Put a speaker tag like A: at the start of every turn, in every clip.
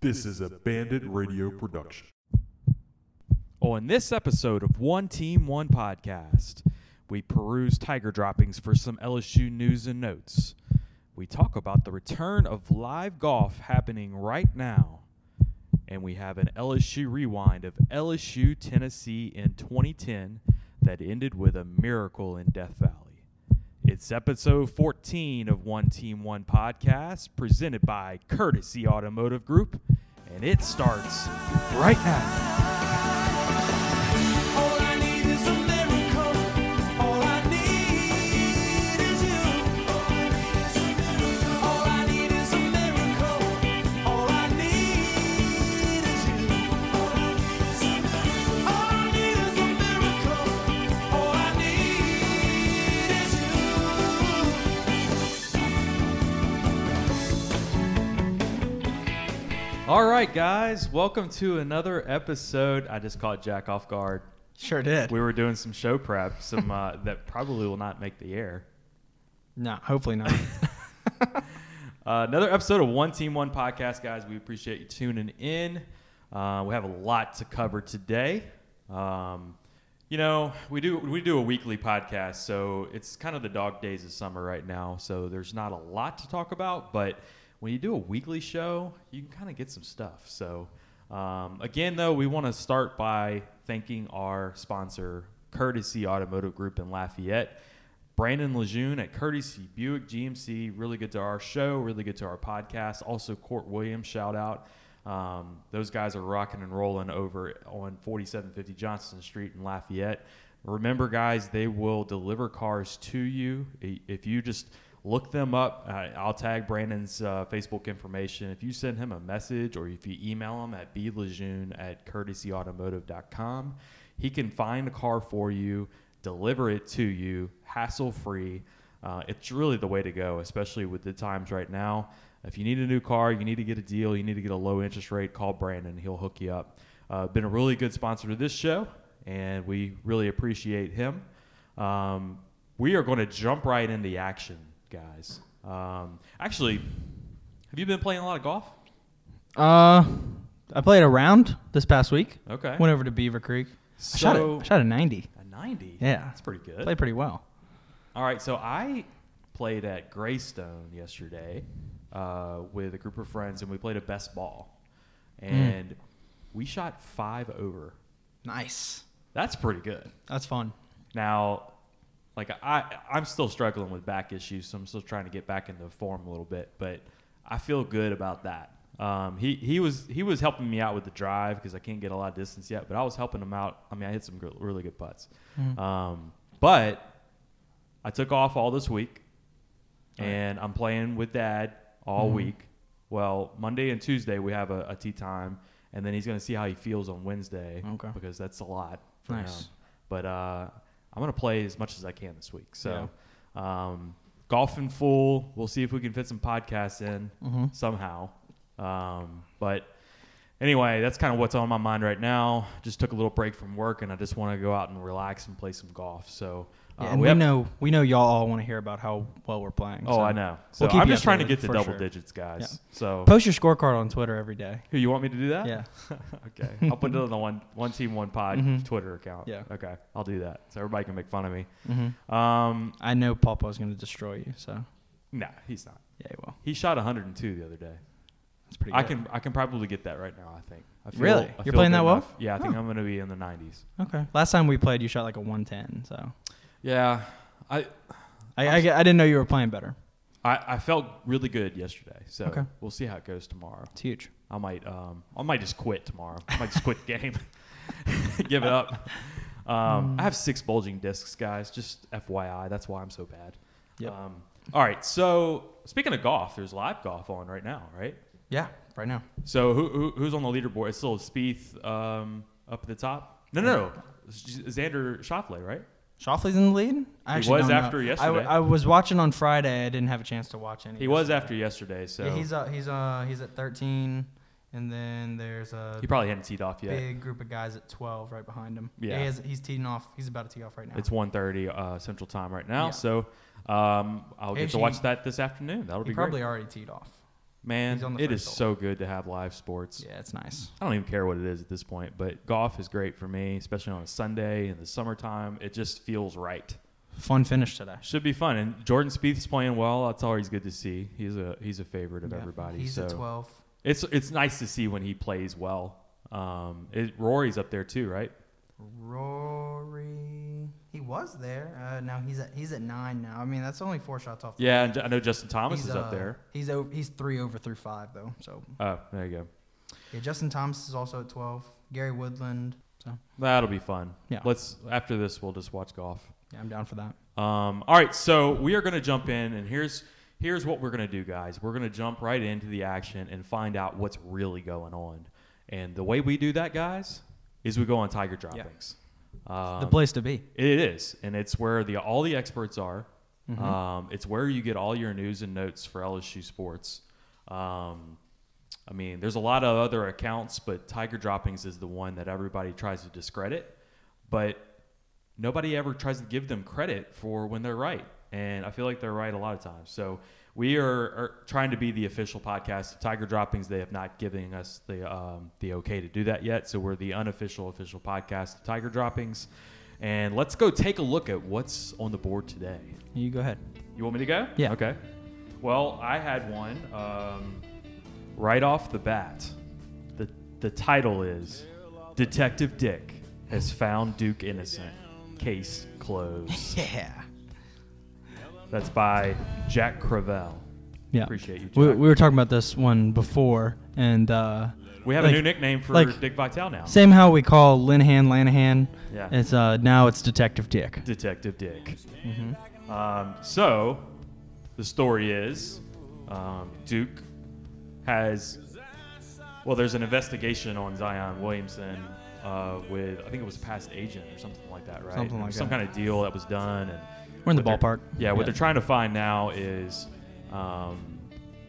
A: This is a Bandit Radio production.
B: On this episode of One Team, One Podcast, we peruse Tiger droppings for some LSU news and notes. We talk about the return of live golf happening right now. And we have an LSU rewind of LSU Tennessee in 2010 that ended with a miracle in Death Valley. It's episode 14 of One Team One Podcast, presented by Courtesy Automotive Group, and it starts right now.
C: All I need is a miracle. All I need is you. All I need is a miracle. All I need is you. All I need is a miracle. All I need is a miracle. All I need is you.
B: All right, guys, welcome to another episode. I just caught Jack off guard.
D: Sure did.
B: We were doing some show prep, some uh, that probably will not make the air.
D: no, hopefully not.
B: Uh, another episode of One Team One Podcast, guys. We appreciate you tuning in. Uh, we have a lot to cover today. Um, you know, we do we do a weekly podcast, so it's kind of the dog days of summer right now. So there's not a lot to talk about, but when you do a weekly show, you can kind of get some stuff. So um, again, though, we want to start by thanking our sponsor, Courtesy Automotive Group in Lafayette. Brandon Lejeune at Courtesy Buick GMC, really good to our show, really good to our podcast. Also, Court Williams, shout out. Um, those guys are rocking and rolling over on 4750 Johnston Street in Lafayette. Remember, guys, they will deliver cars to you. I- If you just look them up, uh, I'll tag Brandon's uh, Facebook information. If you send him a message or if you email him at blejeune at courtesyautomotive.com, he can find a car for you deliver it to you hassle free. Uh, it's really the way to go, especially with the times right now. If you need a new car, you need to get a deal, you need to get a low interest rate, call Brandon. He'll hook you up. Uh, been a really good sponsor to this show, and we really appreciate him. Um, we are going to jump right into the action, guys. Um, actually, have you been playing a lot of golf?
D: uh, I played a round this past week.
B: Okay.
D: Went over to Beaver Creek. I shot, a,
B: So,
D: I shot a 90.
B: a 90.
D: Yeah.
B: That's pretty good.
D: Played pretty well.
B: All right, so I played at Greystone yesterday uh, with a group of friends, and we played a best ball, and we shot five over.
D: Nice.
B: That's pretty good.
D: That's fun.
B: Now, like I, I'm still struggling with back issues, so I'm still trying to get back into form a little bit. But I feel good about that. Um, he he was he was helping me out with the drive because I can't get a lot of distance yet, but I was helping him out. I mean, I hit some gr- really good putts.
D: Mm-hmm.
B: Um, but I took off all this week, and I'm playing with Dad all
D: Mm-hmm.
B: week. Well, Monday and Tuesday we have a, a tea time, and then he's going to see how he feels on Wednesday
D: Okay.
B: because that's a lot for
D: Nice.
B: him. But uh, I'm going to play as much as I can this week. So, um, golf in full. We'll see if we can fit some podcasts in
D: Mm-hmm.
B: somehow. Um, but anyway, that's kind of what's on my mind right now. Just took a little break from work, and I just want to go out and relax and play some golf. So.
D: Yeah,
B: uh,
D: and we,
B: have-
D: know we know y'all all want to hear about how well we're playing.
B: Oh,
D: so
B: I know. So
D: we'll keep
B: I'm
D: you
B: just trying to
D: updated,
B: get to
D: for
B: double
D: sure.
B: digits, guys.
D: Yeah.
B: So
D: Post your scorecard on Twitter every day.
B: who you want me to do that?
D: Yeah.
B: okay. I'll put it on the one one team one pod
D: Mhm.
B: Twitter account.
D: Yeah.
B: Okay. I'll do that so everybody can make fun of me.
D: hmm
B: Um,
D: I know Papa's going to destroy you, so
B: no, he's not.
D: yeah, he will.
B: He shot 102 the other day.
D: It's pretty good.
B: I can I can probably get that right now. I think. I
D: Really?
B: I
D: You're playing
B: good
D: that well?
B: enough. Yeah, I think
D: Huh.
B: I'm gonna be in the 90s.
D: Okay. Last time we played, you shot like a 110, so
B: Yeah. I
D: I, I, I didn't know you were playing better.
B: I, I felt really good yesterday, so
D: Okay.
B: we'll see how it goes tomorrow.
D: It's huge.
B: I might um, I might just quit tomorrow. I might just quit the game. Give it up. Um, I have six bulging discs, guys. Just FYI, that's why I'm so bad.
D: Yep.
B: Um, all right. So speaking of golf, there's live golf on right now, right?
D: Yeah, right now.
B: So who, who who's on the leaderboard? It's still Spieth um, up at the top. No, no, no. It's J- Xander Schauffele, right?
D: Shoffley's in the lead. I
B: He
D: actually
B: was
D: don't
B: after
D: know. I,
B: yesterday.
D: w- I was watching on Friday. I didn't have a chance to watch any.
B: He was after yesterday, so
D: Yeah, he's uh, he's uh he's at 13, and then there's a
B: he probably hadn't teed off yet.
D: big group of guys at 12 right behind him.
B: Yeah.
D: he has, he's teeing off. He's about to tee off right now.
B: It's 1.30 uh, Central Time right now,
D: Yeah.
B: so um, I'll get to
D: Actually,
B: watch that this afternoon. That'll
D: he
B: be
D: probably
B: great.
D: already teed off.
B: Man,
D: He's on the
B: it is
D: first
B: so good to have live sports.
D: Yeah, it's nice.
B: I don't even care what it is at this point, but golf is great for me, especially on a Sunday in the summertime. It just feels right.
D: Fun finish today.
B: Should be fun. And Jordan Spieth's playing well. That's always good to see. He's a he's a favorite of
D: Yeah,
B: everybody.
D: He's
B: so
D: at 12.
B: it's it's nice to see when he plays well. Um, it, Rory's up there too, right?
D: Rory, he was there. Uh, now he's at he's at nine now. I mean, that's only four shots off. the
B: Yeah, and I know Justin Thomas
D: He's,
B: is up
D: uh,
B: there.
D: He's over, he's three over through five though. So
B: Oh, there you go.
D: yeah, Justin Thomas is also at twelve. Gary Woodland. So
B: That'll be fun.
D: Yeah.
B: Let's after this, we'll just watch golf.
D: yeah, I'm down for that.
B: Um, all right, so we are going to jump in, and here's here's what we're going to do, guys. We're going to jump right into the action and find out what's really going on. And the way we do that, guys, is we go on Tiger Droppings. Um,
D: the place to be.
B: it is, and it's where the all the experts are. Um, it's where you get all your news and notes for LSU sports. Um, I mean, there's a lot of other accounts, but Tiger Droppings is the one that everybody tries to discredit. But nobody ever tries to give them credit for when they're right, and I feel like they're right a lot of times. So we are, are trying to be the official podcast of Tiger Droppings. They have not given us the um, the okay to do that yet, so we're the unofficial official podcast of Tiger Droppings. And let's go take a look at what's on the board today.
D: You go ahead.
B: You want me to go?
D: Yeah.
B: Okay. Well, I had one um, right off the bat. The, the title is Detective Dick has found Duke innocent. Case closed.
D: Yeah.
B: That's by Jack Crevel.
D: Yeah.
B: Appreciate you,
D: We,
B: Jack.
D: we were talking about this one before, and uh,
B: We have
D: Like-
B: a new nickname for
D: like-
B: Dick Vitale now
D: same how we call Linhan Lanahan.
B: Yeah.
D: It's uh, now it's Detective Dick.
B: Detective Dick. Um, so, the story is um, Duke has well, there's an investigation on Zion Williamson uh, with I think it was past agent or something like that, right?
D: Something like
B: Some
D: that.
B: kind of deal that was done, and
D: We're in the
B: what they're-
D: ballpark.
B: Yeah, what
D: Yeah.
B: they're trying to find now is um,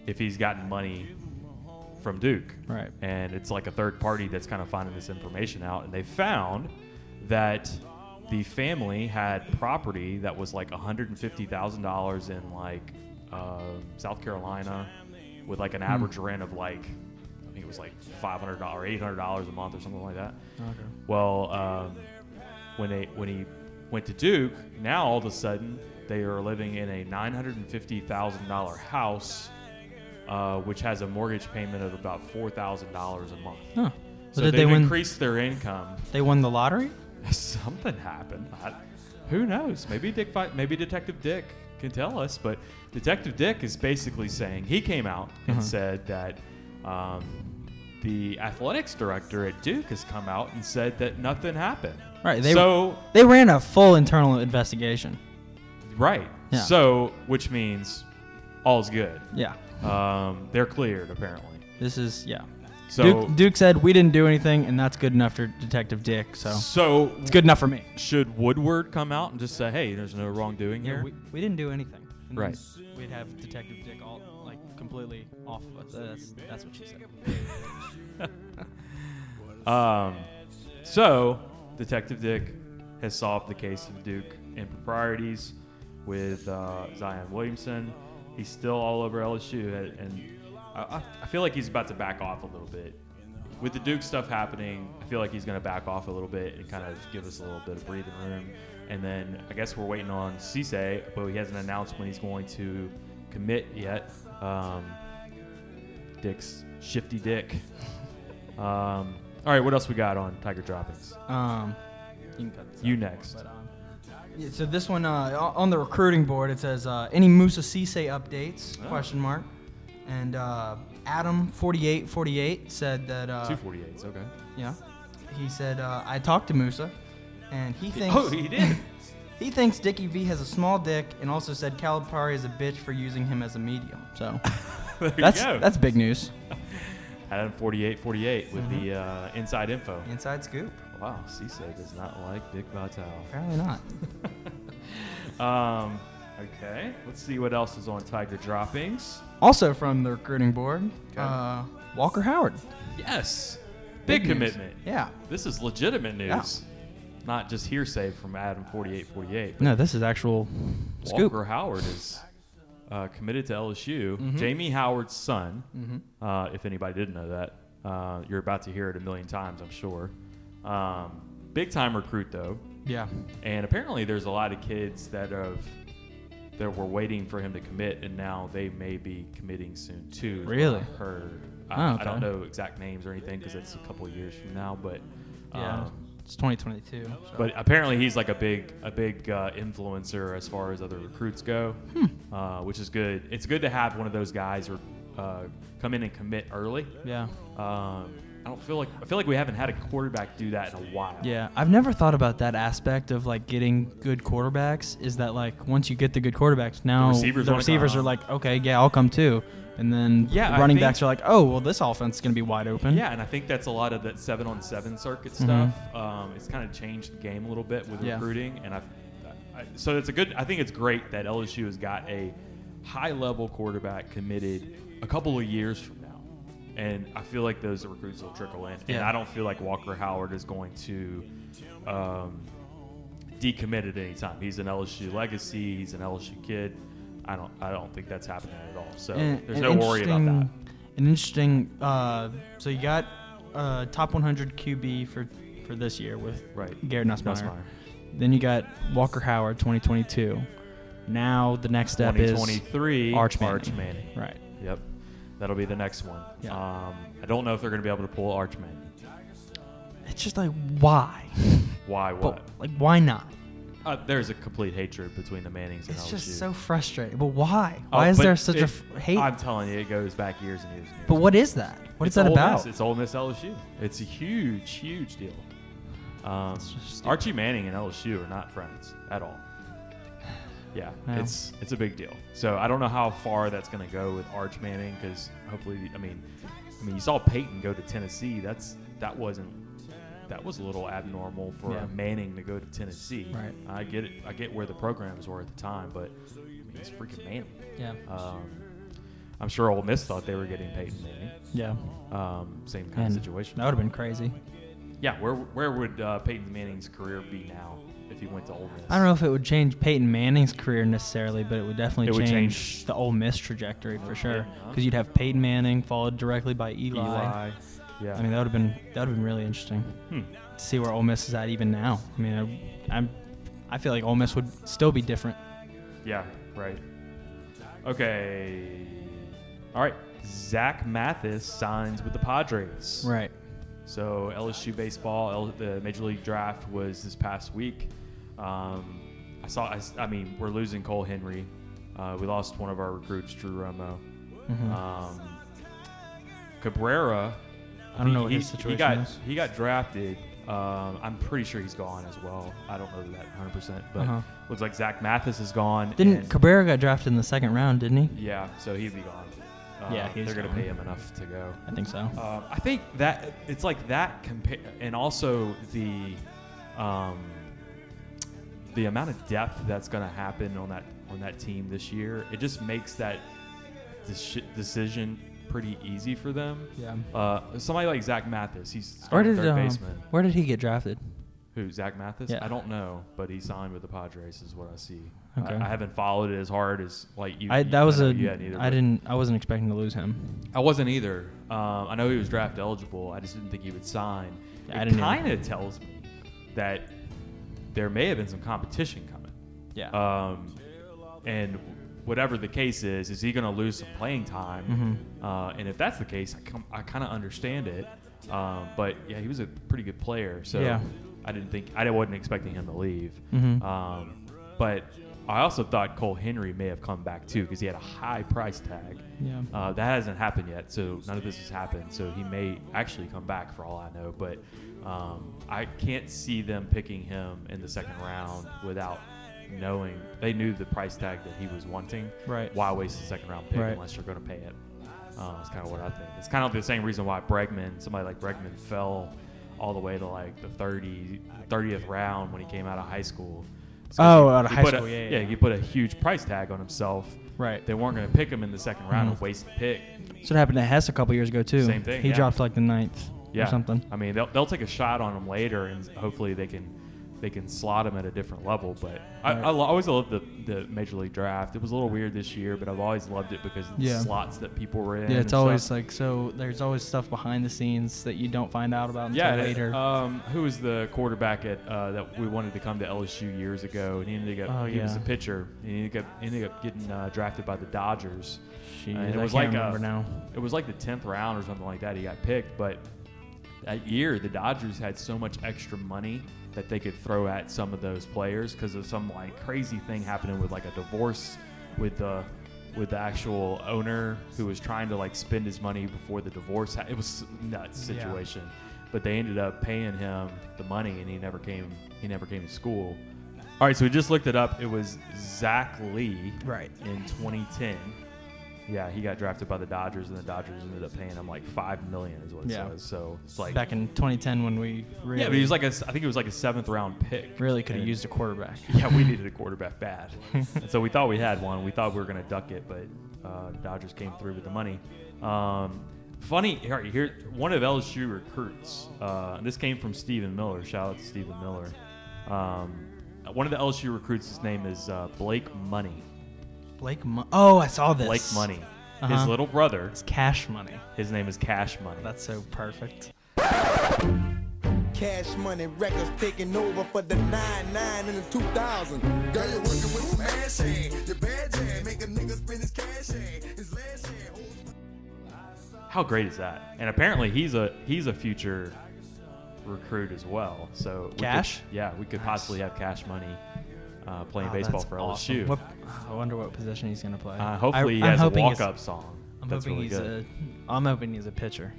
B: if he's gotten money from Duke,
D: Right.
B: And it's like a third party that's kind of finding this information out, and they found that the family had property that was like $150,000 in like uh, South Carolina with like an
D: Hmm.
B: average rent of like I think it was like $500, $800 a month or something like that.
D: Okay.
B: Well, um, when they when he went to Duke, now all of a sudden they are living in a nine hundred and fifty thousand dollar house, uh, which has a mortgage payment of about four thousand dollars a month.
D: Huh.
B: So
D: So did they
B: they've
D: win?
B: increased their income.
D: They won the lottery.
B: Something happened. I, who knows? Maybe Dick. Fi- Maybe Detective Dick can tell us. But Detective Dick is basically saying he came out and
D: Uh-huh.
B: said that um, the athletics director at Duke has come out and said that nothing happened.
D: Right, they-
B: so
D: They ran a full internal investigation.
B: right.
D: Yeah.
B: So which means all's good.
D: Yeah.
B: Um, they're cleared apparently.
D: This is yeah.
B: So
D: Duke, Duke said we didn't do anything, and that's good enough for Detective Dick. So
B: so
D: it's good enough for me.
B: Should Woodward come out and just say, "Hey, there's no wrongdoing here"?
D: we, we didn't do anything. And then
B: Right.
D: We'd have Detective Dick all like completely off of us. That's, that's what she said.
B: Um, so, Detective Dick has solved the case of Duke improprieties with uh, Zion Williamson. He's still all over LSU, and- and I, I- I feel like he's about to back off a little bit. With the Duke stuff happening, I feel like he's going to back off a little bit and kind of give us a little bit of breathing room. And then I guess we're waiting on Cisse, but he hasn't announced when he's going to commit yet. Um, Dick's shifty dick. Um, all right, what else we got on Tiger Droppings?
D: Um, you can cut this.
B: You
D: out.
B: next.
D: But, um, yeah, so this one uh, o- on the recruiting board it says uh, any Musa Cisse updates?
B: Oh.
D: Question mark. And uh, Adam forty eight forty eight said that uh,
B: 248s, okay.
D: yeah, he said uh, I talked to Musa, and he thinks
B: Oh, he did.
D: He thinks Dickie V has a small dick and also said Calipari is a bitch for using him as a medium. So
B: there
D: that's
B: you go.
D: that's big news.
B: Adam 4848 with
D: Mm-hmm.
B: the uh, inside info.
D: Inside scoop.
B: Wow, Cisse does not like Dick Vitale.
D: Apparently not.
B: Um, okay, let's see what else is on Tiger Droppings.
D: Also from the recruiting board, uh, Walker Howard.
B: Yes, big,
D: news.
B: commitment.
D: Yeah.
B: This is legitimate news, not just hearsay from Adam 4848.
D: No, this is actual scoop.
B: Walker Howard is uh, committed to LSU,
D: Mm-hmm.
B: Jamie Howard's son. Uh, if anybody didn't know that, uh, you're about to hear it a million times, I'm sure. Um, big time recruit though,
D: Yeah.
B: and apparently there's a lot of kids that have that were waiting for him to commit, and now they may be committing soon too. is what
D: Really?
B: I've heard.
D: Oh,
B: I, I
D: okay.
B: don't know exact names or anything because it's a couple of years from now, but.
D: Yeah.
B: um,
D: Uh, it's 2022. so-
B: but apparently he's like a big a big uh, influencer as far as other recruits go, uh, which is good. It's good to have one of those guys or uh, come in and commit early.
D: yeah.
B: Um, I don't feel like I feel like we haven't had a quarterback do that in a while.
D: Yeah, I've never thought about that aspect of like getting good quarterbacks. Is that like once you get the good quarterbacks, now
B: receivers wanna
D: receivers
B: come.
D: are like, okay, yeah, I'll come too, and then
B: Yeah,
D: the
B: I
D: running
B: think-
D: backs are like, oh, well, this offense is gonna be wide open.
B: Yeah, and I think that's a lot of that seven on seven circuit stuff. Um, it's kind of changed the game a little bit with
D: Mm-hmm. Yeah.
B: recruiting, and I've, I, so it's a good. I think it's great that LSU has got a high level quarterback committed a couple of years from now, and I feel like those recruits will trickle in. And
D: Yeah.
B: I don't feel like Walker Howard is going to. Um, decommit at any time. He's an LSU legacy. He's an LSU kid. I don't. I don't think that's happening at all. So
D: And-
B: there's
D: Eh, an
B: no worry about that.
D: interesting- An interesting. Uh, so you got uh, top 100 QB for for this year with
B: Right.
D: Garrett Nussmeyer.
B: Nussmeier.
D: Then you got Walker Howard 2022. Now the next step is
B: 2023
D: Arch Manning.
B: Arch Manning.
D: right.
B: Yep. That'll be the next one.
D: Yeah.
B: Um, I don't know if they're going to be able to pull Arch Manning.
D: It's just like why,
B: Why
D: but
B: what?
D: like why not?
B: Uh, there's a complete hatred between the Mannings and
D: It's
B: LSU.
D: just so frustrating. But why?
B: Oh,
D: Why is
B: but
D: there such
B: it-
D: a f- hate?
B: I'm telling you, it goes back years and years and years.
D: but what is that? What is
B: It's
D: that
B: Ole
D: about?
B: Miss. It's Ole Miss LSU. It's a huge, huge deal. Um,
D: just stupid.
B: Archie Manning and LSU are not friends at all. Yeah,
D: No.
B: it's it's a big deal. So I don't know how far that's going to go with Arch Manning because hopefully, I mean, I mean, you saw Peyton go to Tennessee. That's that wasn't that was a little abnormal for
D: Yeah.
B: a Manning to go to Tennessee.
D: Right.
B: I get it. I get where the programs were at the time, but I mean, it's freaking Manning.
D: yeah.
B: Um, I'm sure Ole Miss thought they were getting Peyton Manning.
D: yeah.
B: Um, same kind
D: And
B: of situation.
D: That would have been crazy.
B: Yeah, where where would uh, Peyton Manning's career be now if he went to Ole Miss?
D: I don't know if it would change Peyton Manning's career necessarily, but it would definitely
B: It would
D: change,
B: change-
D: the Ole Miss trajectory for sure.
B: yeah.
D: Because you'd have Peyton Manning followed directly by Eli.
B: Eli. Yeah.
D: I mean, that would have been that would have been really interesting
B: Hmm.
D: to see where Ole Miss is at even now. I mean, I, I'm I feel like Ole Miss would still be different.
B: Yeah. Right. Okay. All right. Zach Mathis signs with the Padres.
D: Right.
B: So LSU baseball, L- the Major League Draft was this past week. Um, I saw. I, s- I mean, we're losing Cole Henry. Uh, we lost one of our recruits, Drew Romo.
D: Mm. Mm-hmm.
B: Um, Cabrera.
D: I don't know what
B: he,
D: his situation
B: he got,
D: is.
B: He got drafted. Um, I'm pretty sure he's gone as well. I don't know that 100, percent but
D: Uh-huh.
B: looks like Zach Mathis is gone.
D: Didn't
B: and-
D: Cabrera got drafted in the second round, didn't he?
B: yeah, so he'd be gone. Uh,
D: Yeah, he's
B: they're gonna
D: gone.
B: pay him enough to go.
D: I think so.
B: Um, I think that it's like that compare, and also the um, the amount of depth that's going to happen on that on that team this year. It just makes that dis- decision pretty easy for them.
D: Yeah.
B: Uh, somebody like Zach Mathis, he's
D: Where
B: starting
D: did
B: third
D: um,
B: baseman.
D: where did he get drafted?
B: Who Zach Mathis?
D: Yeah.
B: I don't know, but he signed with the Padres, is what I see.
D: Okay.
B: I, I haven't followed it as hard as like you.
D: I
B: you-
D: that was
B: know
D: a
B: you hadn't either,
D: I
B: but-
D: didn't I wasn't expecting to lose him.
B: I wasn't either. Um, I know he was draft eligible. I just didn't think he would sign.
D: Yeah, I
B: it
D: didn't either.
B: kind of tells me that there may have been some competition coming.
D: Yeah.
B: Um, and whatever the case is, is he going to lose some playing time?
D: Mm-hmm.
B: Uh, and if that's the case, I, com- I kind of understand it. Um, but yeah, he was a pretty good player, so
D: Yeah.
B: I didn't think I wasn't expecting him to leave.
D: Mhm.
B: Um, but I also thought Cole Henry may have come back too because he had a high price tag.
D: Yeah.
B: Uh, that hasn't happened yet, so none of this has happened. So he may actually come back for all I know, but um, I can't see them picking him in the second round without knowing they knew the price tag that he was wanting.
D: Right.
B: Why waste the second round pick
D: Right.
B: unless you're going to pay it? Um, it's kind of what I think. It's kind of the same reason why Bregman, somebody like Bregman, fell all the way to like the 30, 30th round when he came out of high school. It's 'cause
D: Oh,
B: he-
D: out of
B: he
D: high
B: put a-
D: school, yeah, yeah, yeah.
B: he put a huge price tag on himself.
D: Right.
B: They weren't going to pick him in the second round
D: Mhm.
B: and waste the pick.
D: So it happened to Hess a couple years ago too.
B: Same thing,
D: He
B: yeah.
D: dropped like the ninth
B: Yeah.
D: or something.
B: I mean, they'll, they'll take a shot on him later, and hopefully they can they can slot him at a different level. But I, I lo- always loved the, the Major League Draft. It was a little weird this year, but I've always loved it because of the
D: Yeah.
B: slots that people were in.
D: Yeah, it's
B: and
D: always
B: stuff.
D: like so. There's always stuff behind the scenes that you don't find out about until
B: Yeah, and it-
D: later.
B: um, who was the quarterback at uh, that we wanted to come to LSU years ago, and he ended up
D: Oh,
B: he was
D: yeah.
B: a pitcher. And he ended up, ended up getting uh, drafted by the Dodgers.
D: Jeez,
B: and it
D: I
B: was like
D: can't
B: a-
D: remember now.
B: It was like the tenth round or something like that. He got picked, but that year the Dodgers had so much extra money that they could throw at some of those players because of some like crazy thing happening with like a divorce with the with the actual owner who was trying to like spend his money before the divorce. ha- It was nuts
D: Yeah.
B: situation, but they ended up paying him the money and he never came. He never came to school. All right, so we just looked it up. It was Zach Lee,
D: Right.
B: in 2010. Yeah, he got drafted by the Dodgers, and the Dodgers ended up paying him like five million, is what it
D: Yeah.
B: says. So it's like
D: Back in 2010 when we really,
B: yeah, but he was like a, I think it was like a seventh round pick.
D: really could have
B: And-
D: used a quarterback.
B: Yeah, we needed a quarterback bad, and so we thought we had one. We thought we were gonna duck it, but uh, Dodgers came through with the money. Um, funny, all right, here one of LSU recruits. Uh, this came from Stephen Miller. Shout out to Stephen Miller. Um, one of the LSU recruits, his name is uh, Blake Money.
D: Blake. Mo- oh, I saw this.
B: Blake Money. His
D: Uh-huh.
B: little brother,
D: It's cash money.
B: his name is Cash Money.
D: That's so perfect.
E: Cash money records taking over for the 9-9 in the 2000.
F: Girl, you're working with smash hand. Your bad hand make a nigga spend his cash hand. His last hand.
B: How great is that? And apparently he's a he's a future recruit as well. So we could-
D: Cash?
B: yeah, we could possibly have Cash Money uh, playing
D: Wow,
B: baseball
D: that's
B: for
D: awesome.
B: LSU.
D: What, I wonder what position he's gonna play.
B: Uh, hopefully he
D: I, I'm
B: has a
D: hoping he's-
B: walk-up song.
D: I'm
B: That's
D: hoping
B: really
D: he's
B: good.
D: a. I'm hoping he's a pitcher.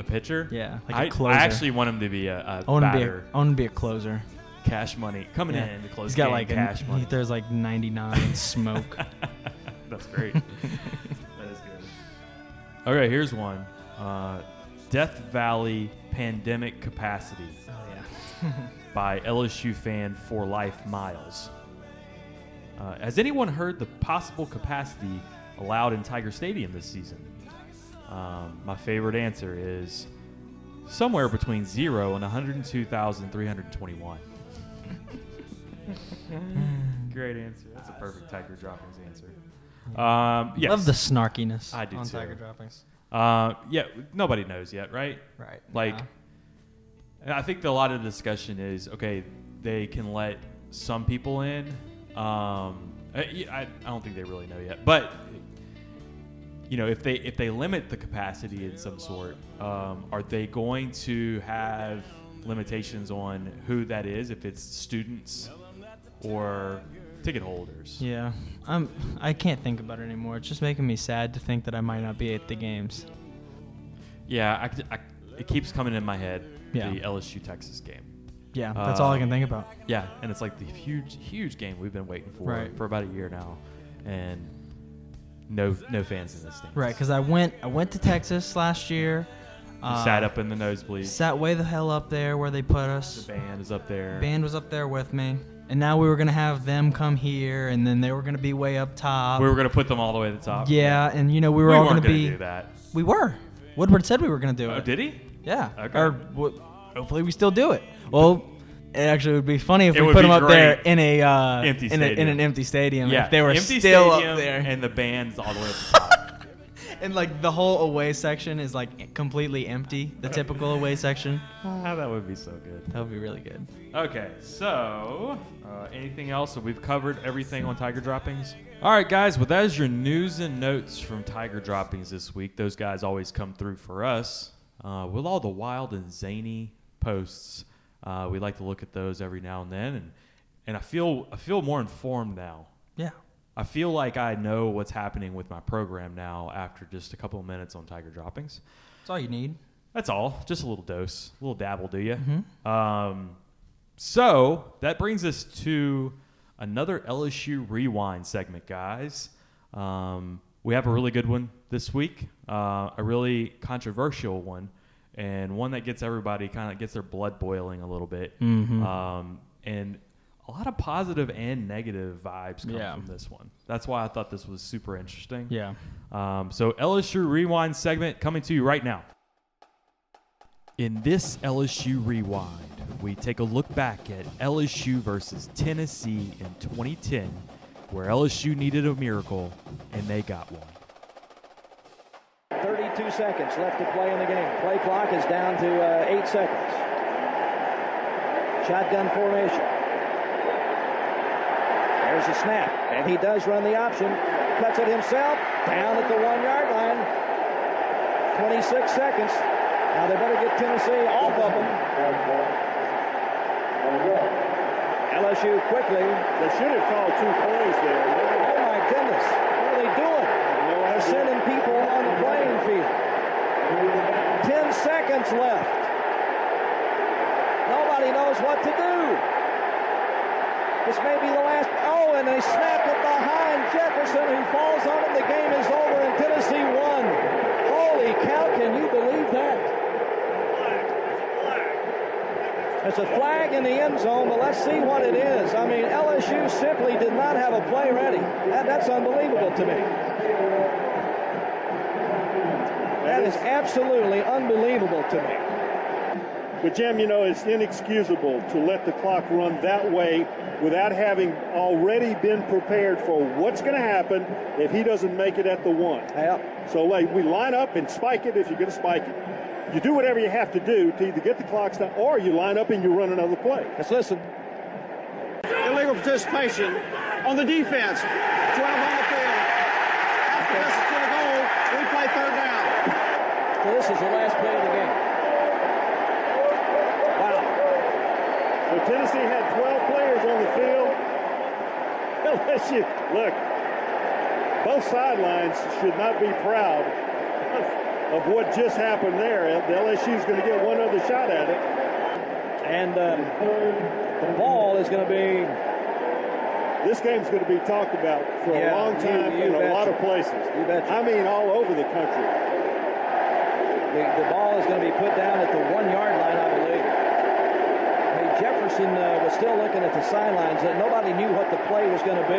B: A, pitcher?
D: Yeah, like a
B: I-
D: closer.
B: I actually want him to be a, a
D: I want to be. A,
B: batter.
D: I want to be a closer.
B: Cash Money coming in to close
D: he's got
B: game,
D: like a-
B: Cash Money. Oh,
D: He throws like 99 smoke.
B: That's great. that is good. Okay, here's one. Uh, Death Valley Pandemic Capacity
D: yeah.
B: by LSU fan for life Miles. Uh, has anyone heard the possible capacity allowed in Tiger Stadium this season? Um, my favorite answer is somewhere between zero and 102,321. Great answer. That's a perfect Tiger Droppings answer. Um, yes.
D: Love the snarkiness.
B: I do
D: on
B: too.
D: Tiger droppings.
B: Uh, yeah, nobody knows yet, right?
D: Right.
B: Like,
D: Yeah.
B: and I think the, a lot of the discussion is okay, they can let some people in. Um, I, I, I don't think they really know yet, but you know, if they if they limit the capacity in some sort, um, are they going to have limitations on who that is? If it's students or ticket holders?
D: Yeah. I'm. I can't think about it anymore. It's just making me sad to think that I might not be at the games.
B: Yeah, I, I, it keeps coming in my head.
D: Yeah.
B: The LSU Texas game.
D: Yeah. That's all I
B: Oh.
D: can think about.
B: Yeah, and it's like the huge, huge game we've been waiting for
D: Right.
B: for about a year now, and no, no fans in the stands.
D: Right. Because I went. I went to Texas last year.
B: We sat
D: uh,
B: up in the nosebleed.
D: Sat way the hell up there where they put us.
B: the band is up there.
D: band was up there with me and now we were gonna have them come here and then they were gonna be way up top
B: we were gonna put them all the way to the top.
D: yeah and you know we were
B: we
D: all
B: weren't
D: gonna,
B: gonna,
D: be
B: do that.
D: we were woodward said we were gonna do
B: Oh,
D: it
B: did he?
D: yeah
B: Okay.
D: or w- hopefully we still do it well it actually would be funny if
B: It
D: we
B: would
D: put
B: be
D: them up there
B: great.
D: in a uh
B: Empty
D: in, a, in
B: stadium.
D: an empty stadium
B: Yeah,
D: if they were
B: empty
D: still
B: stadium
D: up there and,
B: and the band's all the way up the top.
D: like the whole away section is like completely empty the typical away section
B: Ah, that would be so good.
D: that would be really good
B: Okay, so uh, anything else? So We've covered everything on Tiger Droppings. All right, guys. Well, that is your news and notes from Tiger Droppings this week. Those guys always come through for us uh, with all the wild and zany posts. Uh, we like to look at those every now and then, and and I feel I feel more informed now.
D: yeah
B: I feel like I know what's happening with my program now after just a couple of minutes on Tiger Droppings.
D: that's all you need
B: That's all. Just a little dose, a little dabble, do you? Um, so that brings us to another LSU rewind segment, guys. Um, we have a really good one this week, uh, a really controversial one, and one that gets everybody kind of gets their blood boiling a little bit, um, and a lot of positive and negative vibes come
D: Yeah.
B: from this one. That's why I thought this was super interesting.
D: yeah
B: Um, so LSU Rewind segment coming to you right now. In this LSU Rewind, we take a look back at LSU versus Tennessee in 2010, where LSU needed a miracle and they got one.
G: 32 seconds left to play in the game. Play clock is down to uh, eight seconds. Shotgun formation. There's a snap, and he does run the option. Cuts it himself down at the one yard line. 26 seconds. Now they better get Tennessee off of him. LSU quickly. They should have called two plays there. Oh my goodness! What are they doing? They're sending people on the playing field. Ten seconds left. Nobody knows what to do. This may be the last. Oh, and they snap it behind Jefferson, who falls on him. The game is over, and Tennessee won. Holy cow! Can you believe that? It's a flag in the end zone, but let's see what it is. I mean, LSU simply did not have a play ready. That, that's unbelievable to me. That is absolutely unbelievable to me.
H: But Jim, you know, it's inexcusable to let the clock run that way without having already been prepared for what's going to happen if he doesn't make it at the one.
G: Yep.
H: So like we line up and spike it if you're going to spike it. You do whatever you have to do to either get the clock stopped or you line up and you run another play.
G: Let's listen.
I: illegal participation on the defense. 12 on the field. After this is to the goal, we play third down.
G: So this is the last play of the game. Wow.
H: So Tennessee had 12 players on the field. LSU, look, both sidelines should not be proud of what just happened there. The LSU is going to get one other shot at it.
G: And um, the ball is going to be
H: This game's going to be talked about for
G: Yeah,
H: a long
G: you-
H: time
G: you
H: in a
G: betcha.
H: lot of places.
G: You betcha.
H: I mean, all over the country.
G: The, the ball is going to be put down at the one yard line, I believe. Hey, Jefferson uh, was still looking at the sidelines. That nobody knew what the play was going to be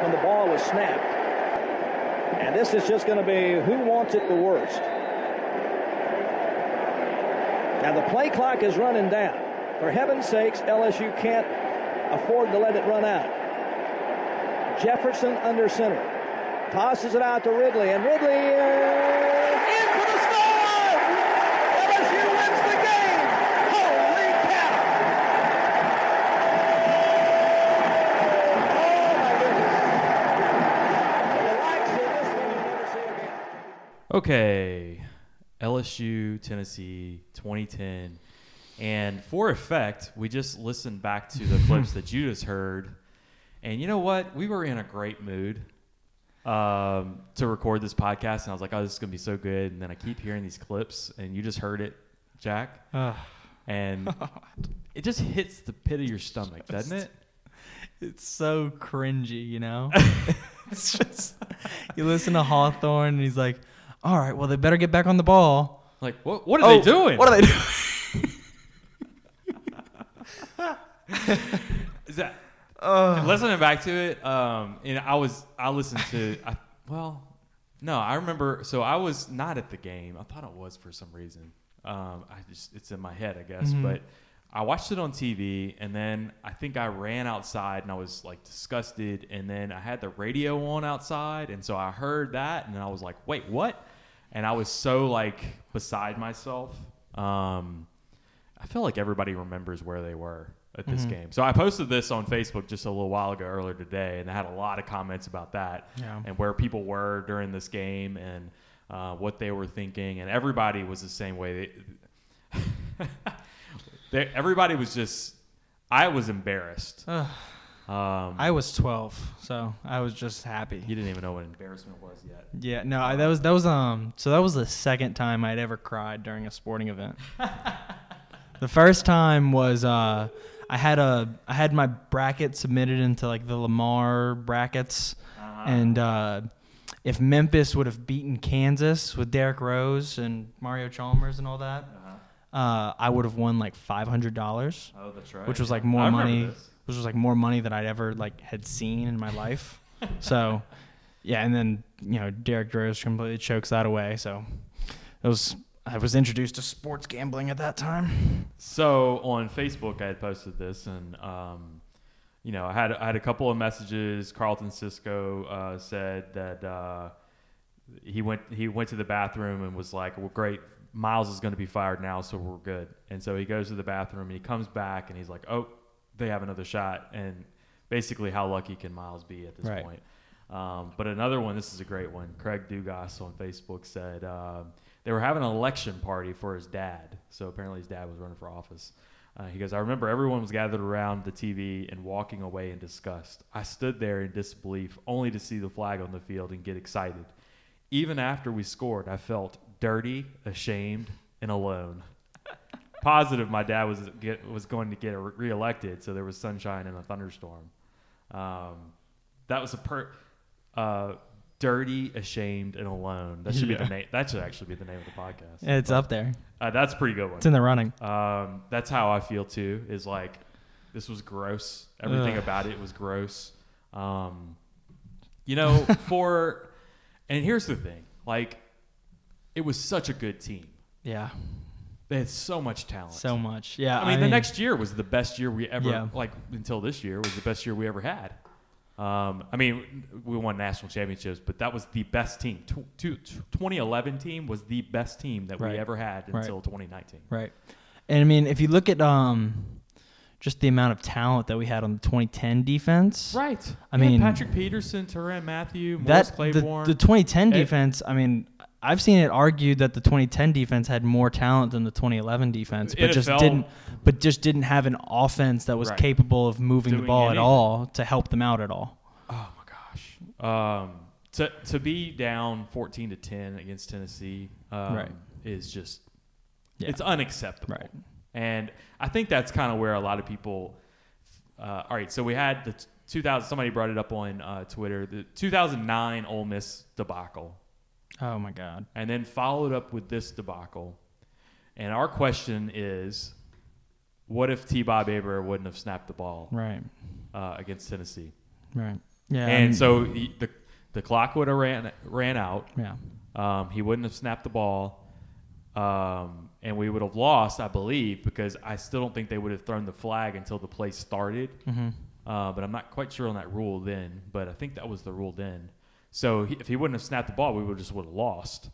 G: when the ball was snapped. And this is just going to be who wants it the worst. Now the play clock is running down. For heaven's sakes, LSU can't afford to let it run out. Jefferson under center. Tosses it out to Ridley, and Ridley uh, in for the score! LSU wins the game! Holy cow! Oh my goodness! The likes of this one you'll never see again.
B: Okay, LSU, Tennessee, 2010. And for effect, we just listened back to the clips that you just heard. And you know what? We were in a great mood um, to record this podcast. And I was like, oh, this is going to be so good. And then I keep hearing these clips, and you just heard it, Jack.
D: Ugh.
B: And it just hits the pit of your stomach, doesn't it?
D: It's so cringy, you know? it's just, you listen to Hawthorne and he's like, all right, well, they better get back on the ball. Oh,
B: Like, what, what are they doing?
D: What are they doing?
B: Is that listening back to it? Um, and I was I listened to I, well, no, I remember. So I was not at the game. I thought I was for some reason. Um, I just it's in my head, I guess. But I watched it on TV, and then I think I ran outside and I was like disgusted. And then I had the radio on outside, and so I heard that, and then I was like, wait, what? And I was so like beside myself. Um, I feel like everybody remembers where they were at this game. So I posted this on Facebook just a little while ago earlier today, and I had a lot of comments about that
D: Yeah.
B: and where people were during this game and uh, what they were thinking. And everybody was the same way. They, they, everybody was just, I was embarrassed.
D: Ugh.
B: Um,
D: I was 12, so I was just happy.
B: you didn't even know what embarrassment was yet.
D: Yeah, no, I, that was that was um so that was the second time I'd ever cried during a sporting event. the first time was uh I had a I had my bracket submitted into like the Lamar brackets and uh if Memphis would have beaten Kansas with Derrick Rose and Mario Chalmers and all that, uh I would have won like five hundred dollars,
B: Oh, that's right.
D: which was like more money, which was like more money than I'd ever like had seen in my life. so, yeah, and then you know Derek Rose completely chokes that away. So it was I was introduced to sports gambling at that time.
B: So on Facebook, I had posted this, and um, you know, I had I had a couple of messages. Carlton Cisco uh, said that uh, he went he went to the bathroom and was like, "Well, great, Miles is going to be fired now, so we're good." And so he goes to the bathroom and he comes back and he's like, "Oh, they have another shot." And basically, how lucky can Miles be at this
D: Right.
B: point? Um, but another one, this is a great one. Craig Dugas on Facebook said um they were having an election party for his dad. So apparently his dad was running for office. Uh, he goes, I remember everyone was gathered around the TV and walking away in disgust. I stood there in disbelief, only to see the flag on the field and get excited. Even after we scored, I felt dirty, ashamed, and alone. Positive, my dad was get, was going to get re- reelected, so there was sunshine and a thunderstorm. Um, that was a per. Uh, Dirty, ashamed, and alone. That should be the
D: Yeah.
B: name. That should actually be the name of the podcast.
D: It's up there.
B: Uh, that's a pretty good
D: It's in
B: one.
D: the running.
B: Um, that's how I feel too. Is like this was gross. Everything
D: Ugh.
B: about it was gross. Um, you know, for and here's the thing. Like, it was such a good team.
D: Yeah,
B: They had so much talent.
D: so much. Yeah,
B: I mean, the next year was the best year we ever,
D: Yeah.
B: like until this year, was the best year we ever had. Um, I mean, we won national championships, but that was the best team. Tw- two- 2011 team was the best team that
D: Right.
B: we ever had
D: Right.
B: until 2019.
D: Right. And I mean, if you look at um, just the amount of talent that we had on the 2010 defense,
B: Right.
D: I
B: You had
D: mean-
B: Patrick Peterson, Teran Matthew, Morris
D: That the,
B: Claiborne.
D: the 2010
B: It-
D: defense, I mean, I've seen it argued that the 2010 defense had more talent than the 2011 defense, but just
B: NFL
D: didn't, but just didn't have an offense that was
B: Right.
D: capable of moving the
B: Doing
D: ball
B: anything.
D: at all to help them out at all.
B: oh my gosh. Um, to to be down 14 to 10 against Tennessee, um,
D: Right.
B: is just
D: Yeah.
B: it's unacceptable.
D: Right.
B: And I think that's kind of where a lot of people. Uh, all right, so we had the t- 2000. Somebody brought it up on uh, Twitter. The 2009 Ole Miss debacle,
D: Oh my God.
B: and then followed up with this debacle. And our question is, what if T. Bob Aber wouldn't have snapped the ball
D: Right.
B: uh, against Tennessee?
D: Right. Yeah. I mean,
B: And so he, the the clock would have ran ran out.
D: yeah.
B: Um, he wouldn't have snapped the ball, um, and we would have lost, I believe, because I still don't think they would have thrown the flag until the play started.
D: Mm-hmm.
B: Uh, but I'm not quite sure on that rule then. But I think that was the rule then. So he, if he wouldn't have snapped the ball, we would just would have lost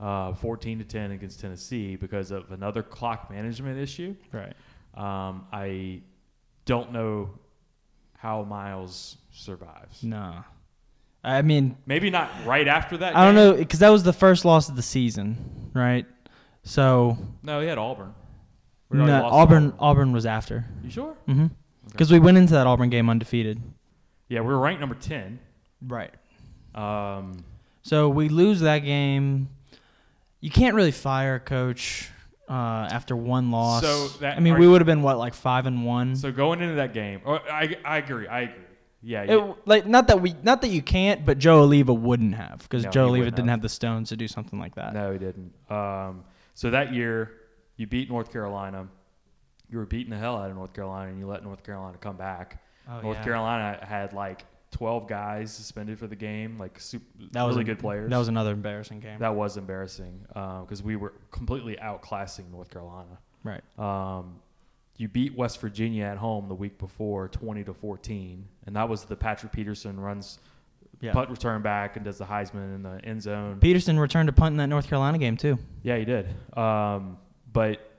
B: uh, 14 to 10 against Tennessee because of another clock management issue.
D: Right.
B: Um, I don't know how Miles survives.
D: Nah. I mean,
B: Maybe not right after that.
D: I don't
B: game.
D: know because that was the first loss of the season, right? So
B: No, he had Auburn. We already
D: no,
B: lost to
D: Auburn, Mm-hmm. Auburn was after
B: You sure?
D: because we went into that Auburn game undefeated.
B: Yeah, we were ranked number ten.
D: Right.
B: Um,
D: So we lose that game. You can't really fire a coach uh, after one loss.
B: So that-
D: I mean,
B: are
D: we
B: you-
D: would have been what like five and one.
B: so going into that game, oh, I I agree, I agree. Yeah, yeah.
D: it, like not that we not that you can't, but Joe Oliva wouldn't have because
B: No, he
D: Joe Oliva
B: wouldn't
D: didn't
B: have.
D: have the stones to do something like that.
B: no, he didn't. Um, so that year, you beat North Carolina. You were beating the hell out of North Carolina, and you let North Carolina come back.
D: Oh,
B: North
D: yeah.
B: Carolina had like twelve guys suspended for the game, like super,
D: that was
B: really
D: a-
B: good players.
D: That was another embarrassing game.
B: that was embarrassing because we were completely outclassing North Carolina.
D: right.
B: Um, you beat West Virginia at home the week before, twenty to fourteen, and that was the Patrick Peterson runs
D: Yeah.
B: punt return back and does the Heisman in the end zone.
D: Peterson returned to punt in that North Carolina game too.
B: Yeah, he did. Um, but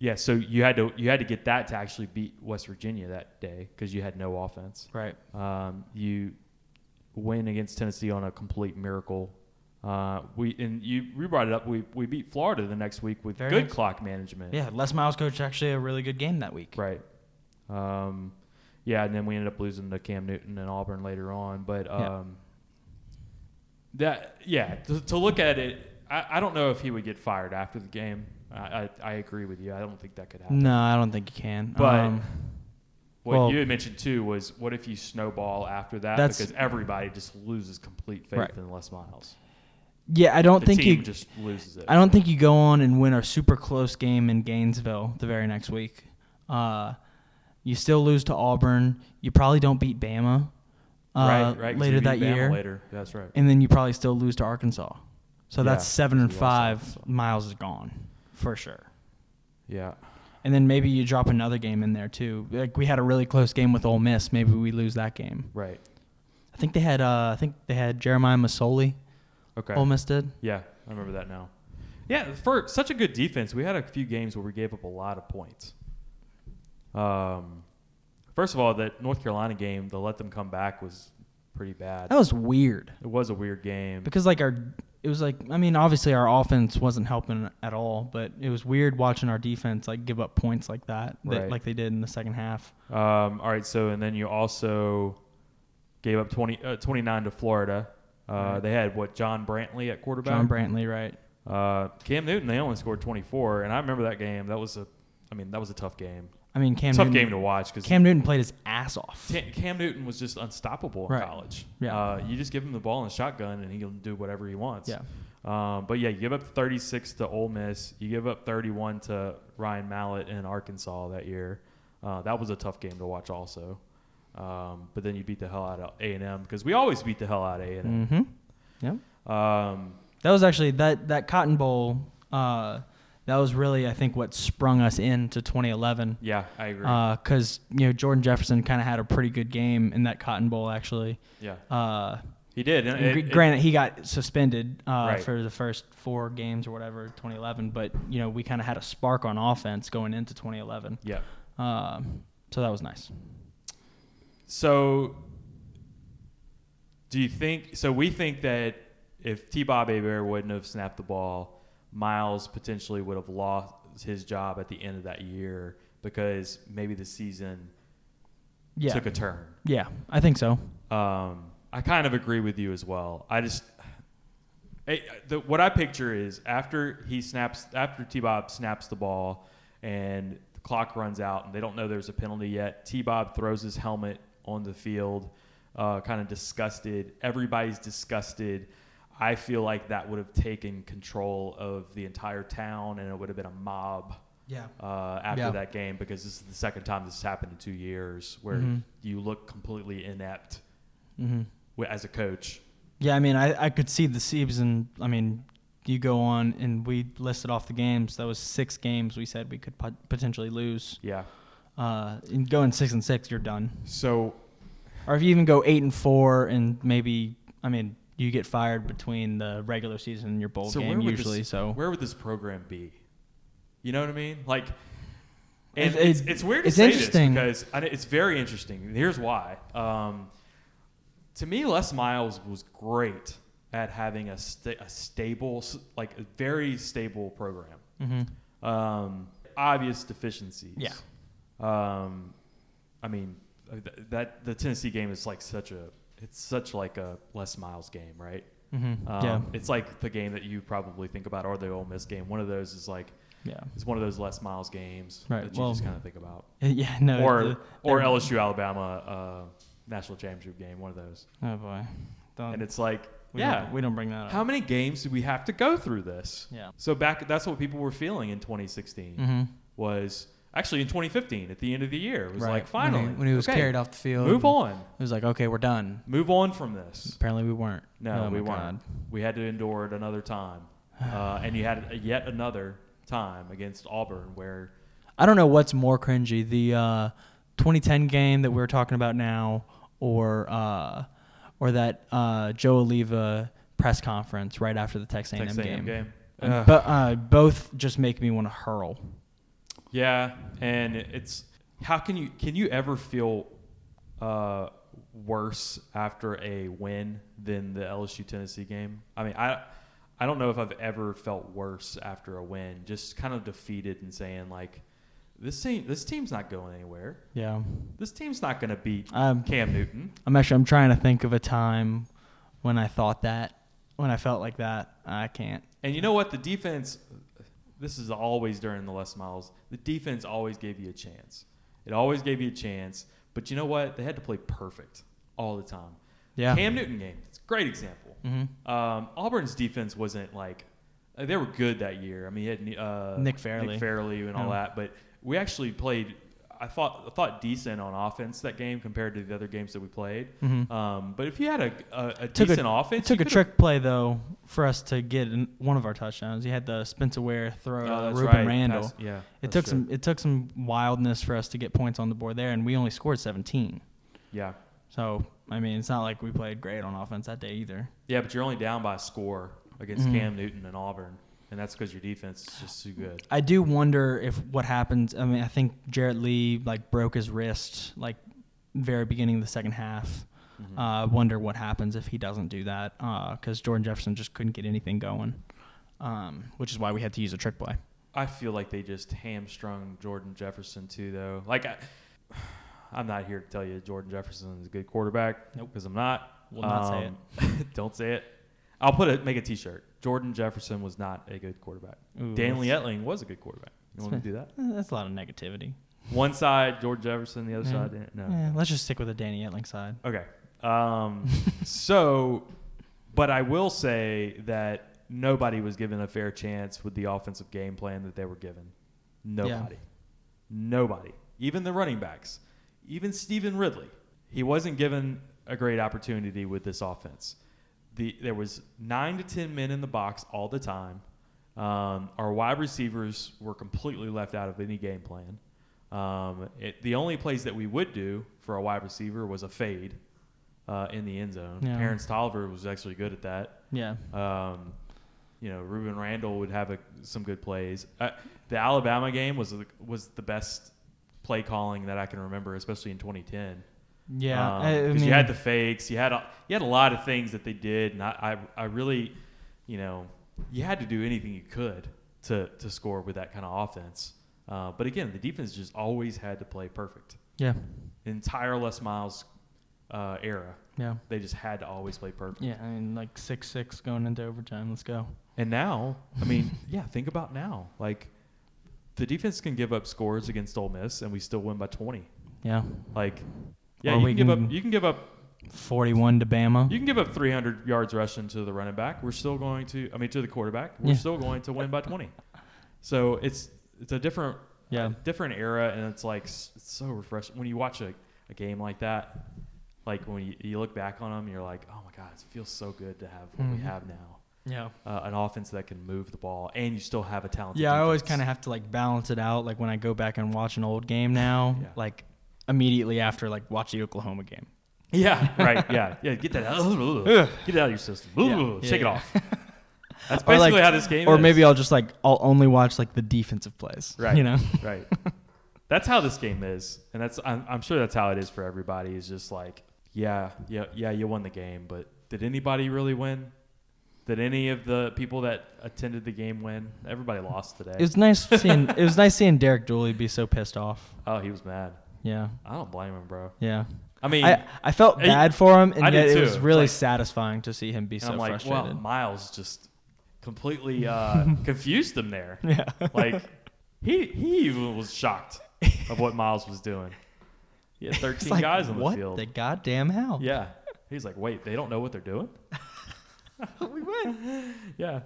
B: yeah, so you had to you had to get that to actually beat West Virginia that day because you had no offense.
D: Right.
B: Um, you win against Tennessee on a complete miracle. Uh, we and you we brought it up. We we beat Florida the next week with
D: Very
B: good
D: nice.
B: clock management.
D: Yeah, Les Miles coached actually a really good game that week.
B: Right. Um, yeah, and then we ended up losing to Cam Newton and Auburn later on. But
D: Yeah.
B: um, that, yeah, to, to look at it, I, I don't know if he would get fired after the game. I, I, I agree with you. I don't think that could happen.
D: No, I don't think you can.
B: But
D: Um,
B: what
D: well-
B: you had mentioned too was what if you snowball after that
D: That's-
B: because everybody just loses complete faith
D: Right.
B: in Les Miles.
D: yeah, I
B: The
D: don't think
B: team
D: you.
B: just loses it.
D: I don't think you go on and win a super close game in Gainesville the very next week. Uh, you still lose to Auburn. You probably don't beat Bama uh,
B: right, right, 'cause
D: later
B: you beat
D: that
B: Bama
D: year,
B: Later, that's right.
D: and then you probably still lose to Arkansas. So that's
B: Yeah,
D: seven and
B: lost
D: five. Miles is gone for sure.
B: Yeah.
D: And then maybe you drop another game in there too. Like we had a really close game with Ole Miss. Maybe we lose that game.
B: Right.
D: I think they had. Uh, I think they had Jeremiah Masoli.
B: Okay.
D: Ole Miss did.
B: Yeah, I remember that now. Yeah, for such a good defense, we had a few games where we gave up a lot of points. Um, first of all, that North Carolina game, the let them come back was pretty bad.
D: That was weird
B: it was a weird game.
D: because like our. It was like I mean obviously our offense wasn't helping at all, but it was weird watching our defense like give up points like that, that
B: Right.
D: like they did in the second half.
B: Um, all right, so and then you also gave up 20, uh, 29 to Florida. Uh, They had what John Brantley at quarterback.
D: John Brantley, right?
B: Uh, Cam Newton. They only scored twenty four, and I remember that game. That was a, I mean, that was a tough game.
D: I mean Cam.
B: tough
D: Newton,
B: game to watch because
D: Cam Newton played his ass off.
B: Cam, Cam Newton was just unstoppable in
D: Right.
B: college.
D: Yeah.
B: Uh, you just give him the ball and a shotgun, and he'll do whatever he wants.
D: Yeah.
B: Um, but yeah, you give up 36 to Ole Miss. You give up 31 to Ryan Mallett in Arkansas that year. Uh, that was a tough game to watch, also. Um, but then you beat the hell out of A and M because we always beat the hell out of A and
D: Mm-hmm. Yep.
B: M. Um,
D: That was actually that that Cotton Bowl. Uh, that was really I think what sprung us into 2011.
B: yeah, I agree.
D: Uh, Because you know Jordan Jefferson kind of had a pretty good game in that Cotton Bowl actually.
B: yeah,
D: Uh,
B: he did. And
D: gr-
B: it- it-
D: granted, he got suspended uh,
B: Right.
D: for the first four games or whatever 2011, but you know we kind of had a spark on offense going into 2011.
B: yeah.
D: Um, so that was nice.
B: So, do you think? So we think that if T. Bob Bear wouldn't have snapped the ball, Miles potentially would have lost his job at the end of that year because maybe the season
D: Yeah.
B: took a turn.
D: yeah, I think so.
B: Um, I kind of agree with you as well. I just I- the, what I picture is after he snaps, after T Bob snaps the ball, and the clock runs out, and they don't know there's a penalty yet. T Bob throws his helmet on the field, uh, kind of disgusted. Everybody's disgusted. I feel like that would have taken control of the entire town, and it would have been a mob
D: Yeah.
B: uh, after
D: Yeah.
B: that game because this is the second time this has happened in two years where you look completely inept wi- as a coach.
D: Yeah, I mean, I, I could see the season. I mean, you go on and we listed off the games. That was six games we said we could pot- potentially lose.
B: Yeah.
D: Uh, and going six and six, you're done.
B: So
D: Or if you even go eight and four, and maybe I mean, you get fired between the regular season and your bowl
B: so where
D: game
B: would
D: usually.
B: this,
D: so
B: where would this program be? You know what I mean? Like, and
D: It-
B: it's,
D: it-
B: it's weird to
D: it's
B: say
D: interesting.
B: this because I, it's very interesting. Here's why. Um, to me, Les Miles was great at having a, sta a stable, s- like a very stable program. Um, obvious deficiencies.
D: Mm-hmm. Yeah.
B: Um, I mean, uh, th- that the Tennessee game is like such a it's such like a Les Miles game, right? Mm-hmm. Um,
D: Yeah.
B: It's like the game that you probably think about, or the Ole Miss game. One of those is like
D: yeah,
B: it's one of those Les Miles games
D: Right,
B: that you
D: well-
B: just kind of think about,
D: yeah, no,
B: or
D: the-
B: or LSU Alabama uh, national championship game, one of those.
D: oh boy, Don't-
B: And it's like,
D: we
B: yeah,
D: don't, we don't bring that up.
B: how many games do we have to go through this?
D: Yeah. Mm-hmm.
B: So back, that's what people were feeling in 2016 was actually in 2015 at the end of the year it was
D: Right.
B: like finally
D: when he, when he was
B: okay,
D: carried off the field,
B: Move on,
D: It was like, okay, we're done.
B: move on from this.
D: Apparently, we weren't.
B: No,
D: Oh,
B: we
D: my
B: weren't.
D: God.
B: We had to endure it another time, uh, and you had a- yet another time against Auburn where
D: I don't know what's more cringy, the uh, 2010 game that we're talking about now, or uh, or that uh, Joe Oliva press conference right after the Texas A&M
B: Texas A&M
D: game.
B: game.
D: And
B: Ugh.
D: But uh, both just make me want to hurl.
B: Yeah, and it's how can you can you ever feel uh, worse after a win than the LSU Tennessee game? I mean, I I don't know if I've ever felt worse after a win, just kind of defeated and saying like this team this team's not going anywhere.
D: Yeah,
B: This team's not going to beat
D: Um,
B: Cam Newton.
D: I'm actually I'm trying to think of a time when I thought that, when I felt like that. I can't.
B: And you know what? The defense, this is always during the Les Miles, the defense always gave you a chance. It always gave you a chance. But you know what? They had to play perfect all the time.
D: Yeah. Mm-hmm.
B: Cam Newton game, it's a great example. Um, Auburn's defense wasn't like, uh, they were good that year. I mean, he had uh,
D: Nick Fairley.
B: Nick Fairley and all
D: Yeah.
B: that. But we actually played, I thought I thought decent on offense that game compared to the other games that we played. Um, but if you had a, a, a
D: Mm-hmm. Took
B: decent
D: a,
B: offense,
D: took
B: you
D: a
B: could've-
D: trick play though for us to get in one of our touchdowns. You had the Spencer Ware throw,
B: Oh,
D: to
B: that's
D: Ruben
B: right.
D: Randall.
B: Pass- yeah,
D: it
B: that's
D: took
B: true.
D: some it took some wildness for us to get points on the board there, and we only scored 17.
B: Yeah,
D: So I mean, it's not like we played great on offense that day either.
B: yeah, but you're only down by a score against
D: Mm-hmm.
B: Cam Newton and Auburn, and that's because your defense is just too good.
D: I do wonder if what happens. I mean, I think Jarrett Lee like broke his wrist like very beginning of the second half.
B: Mm-hmm.
D: Uh, wonder what happens if he doesn't do that because Jordan Jefferson just couldn't get anything going, um, which is why we had to use a trick play.
B: I feel like they just hamstrung Jordan Jefferson too, though. Like I, I'm not here to tell you Jordan Jefferson is a good quarterback. Nope, because I'm not.
D: Will not say
B: it. don't say it. I'll put it. Make a T-shirt. Jordan Jefferson was not a good quarterback.
D: Ooh,
B: Dan
D: that's-
B: Lietling was a good quarterback. You want me to do that?
D: Eh, That's a lot of negativity.
B: One side Jordan Jefferson, the other
D: Yeah.
B: side Dan- no.
D: Eh, let's just stick with the Danny Etling side.
B: Okay. Um, so, but I will say that nobody was given a fair chance with the offensive game plan that they were given. Nobody. Nobody. Even the running backs. Even Stephen Ridley. He wasn't given a great opportunity with this offense. The, there was nine to ten men in the box all the time. Um, our wide receivers were completely left out of any game plan. Um, it, the only plays that we would do for a wide receiver was a fade uh, in the end zone.
D: Yeah.
B: Terrence Tolliver was actually good at that.
D: Yeah.
B: Um, you know, Ruben Randall would have a, some good plays. Uh, the Alabama game was the, was the best play calling that I can remember, especially in 2010.
D: Yeah. I- I
B: because
D: mean-
B: um, you had the fakes, you had a, you had a lot of things that they did, and I, I I really, you know, you had to do anything you could to to score with that kind of offense. Uh, but again, the defense just always had to play perfect.
D: Yeah.
B: The entire Les Miles uh, era,
D: Yeah.
B: they just had to always play perfect.
D: Yeah. I mean, like six six going into overtime. Let's go.
B: And now, I mean, yeah, think about now. Like, the defense can give up scores against Ole Miss, and we still win by twenty.
D: Yeah.
B: Like, yeah,
D: Or
B: you
D: we
B: can give
D: can-
B: up. You can give up
D: Forty one to Bama.
B: You can give up 300 yards rushing to the running back. We're still going to, I mean, to the quarterback. We're
D: Yeah.
B: still going to win by 20. So it's it's a different
D: Yeah.
B: a different era, and it's like s- it's so refreshing when you watch a, a game like that. Like when you, you look back on them, you're like, oh my god, it feels so good to have what we
D: Mm-hmm.
B: have now.
D: yeah.
B: Uh, an offense that can move the ball, and you still have a talented.
D: Yeah, I always
B: defense.
D: kind of have to like balance it out. Like when I go back and watch an old game now,
B: Yeah.
D: like immediately after, like watch the Oklahoma game.
B: Yeah, right. Yeah, yeah. Get that out. get it out of your system.
D: Yeah,
B: Shake it
D: yeah.
B: off. That's
D: Or,
B: basically
D: like-
B: how this game.
D: Or
B: is.
D: maybe I'll just like I'll only watch like the defensive plays.
B: Right.
D: You know.
B: right. That's how this game is, and that's I'm, I'm sure that's how it is for everybody. Is just like, yeah, yeah, yeah, you won the game, but did anybody really win? Did any of the people that attended the game win? Everybody lost today.
D: It was nice seeing it was nice seeing Derek Dooley be so pissed off.
B: oh, he was mad.
D: Yeah.
B: I don't blame him, bro.
D: Yeah.
B: I mean,
D: I, I felt
B: Hey,
D: bad for him, and
B: I did
D: yet it
B: too.
D: was
B: It's
D: really
B: like-
D: satisfying to see him be
B: and
D: so
B: I'm like, well,
D: frustrated.
B: Miles just completely uh, confused them there.
D: yeah.
B: Like he he even was shocked of what Miles was doing. He had 13
D: It's like,
B: guys on the
D: what
B: field.
D: the goddamn hell?
B: Yeah. He's like, wait, they don't know what they're doing? we win. Yeah.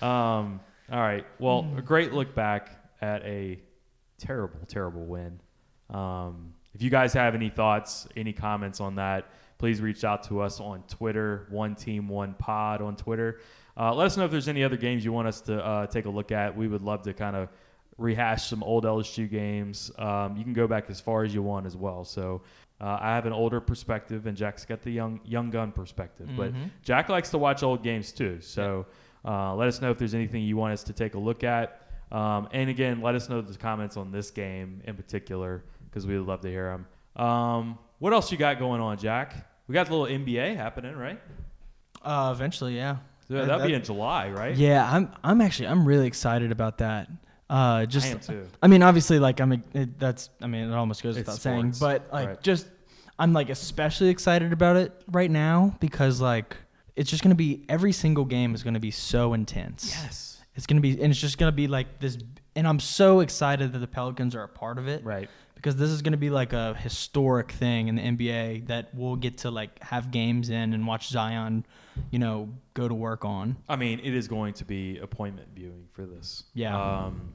B: Um, all right. Well, a great look back at a terrible, terrible win. Um, if you guys have any thoughts, any comments on that, please reach out to us on Twitter, One Team One Pod on Twitter. Uh, let us know if there's any other games you want us to uh, take a look at. We would love to kind of rehash some old LSU games. Um, you can go back as far as you want as well. So uh, I have an older perspective, and Jack's got the young young gun perspective.
D: Mm-hmm.
B: But Jack likes to watch old games too. So uh, let us know if there's anything you want us to take a look at. Um, and again, let us know the comments on this game in particular because we would love to hear them. Um, what else you got going on, Jack? We got a little NBA happening, right?
D: Uh, eventually, yeah.
B: So that'd be in July, right?
D: Yeah, I'm. I'm actually. I'm really excited about that. Uh, just.
B: am too.
D: I mean, obviously, like I'm. It, that's. I mean, it almost goes
B: It's
D: without saying,
B: sports,
D: but like,
B: right.
D: just. I'm like especially excited about it right now because like it's just gonna be every single game is gonna be so intense.
B: Yes.
D: It's gonna be and it's just gonna be like this, and I'm so excited that the Pelicans are a part of it.
B: Right.
D: Because this is gonna be like a historic thing in the NBA that we'll get to like have games in and watch Zion, you know, go to work on.
B: I mean, it is going to be appointment viewing for this.
D: Yeah.
B: Um,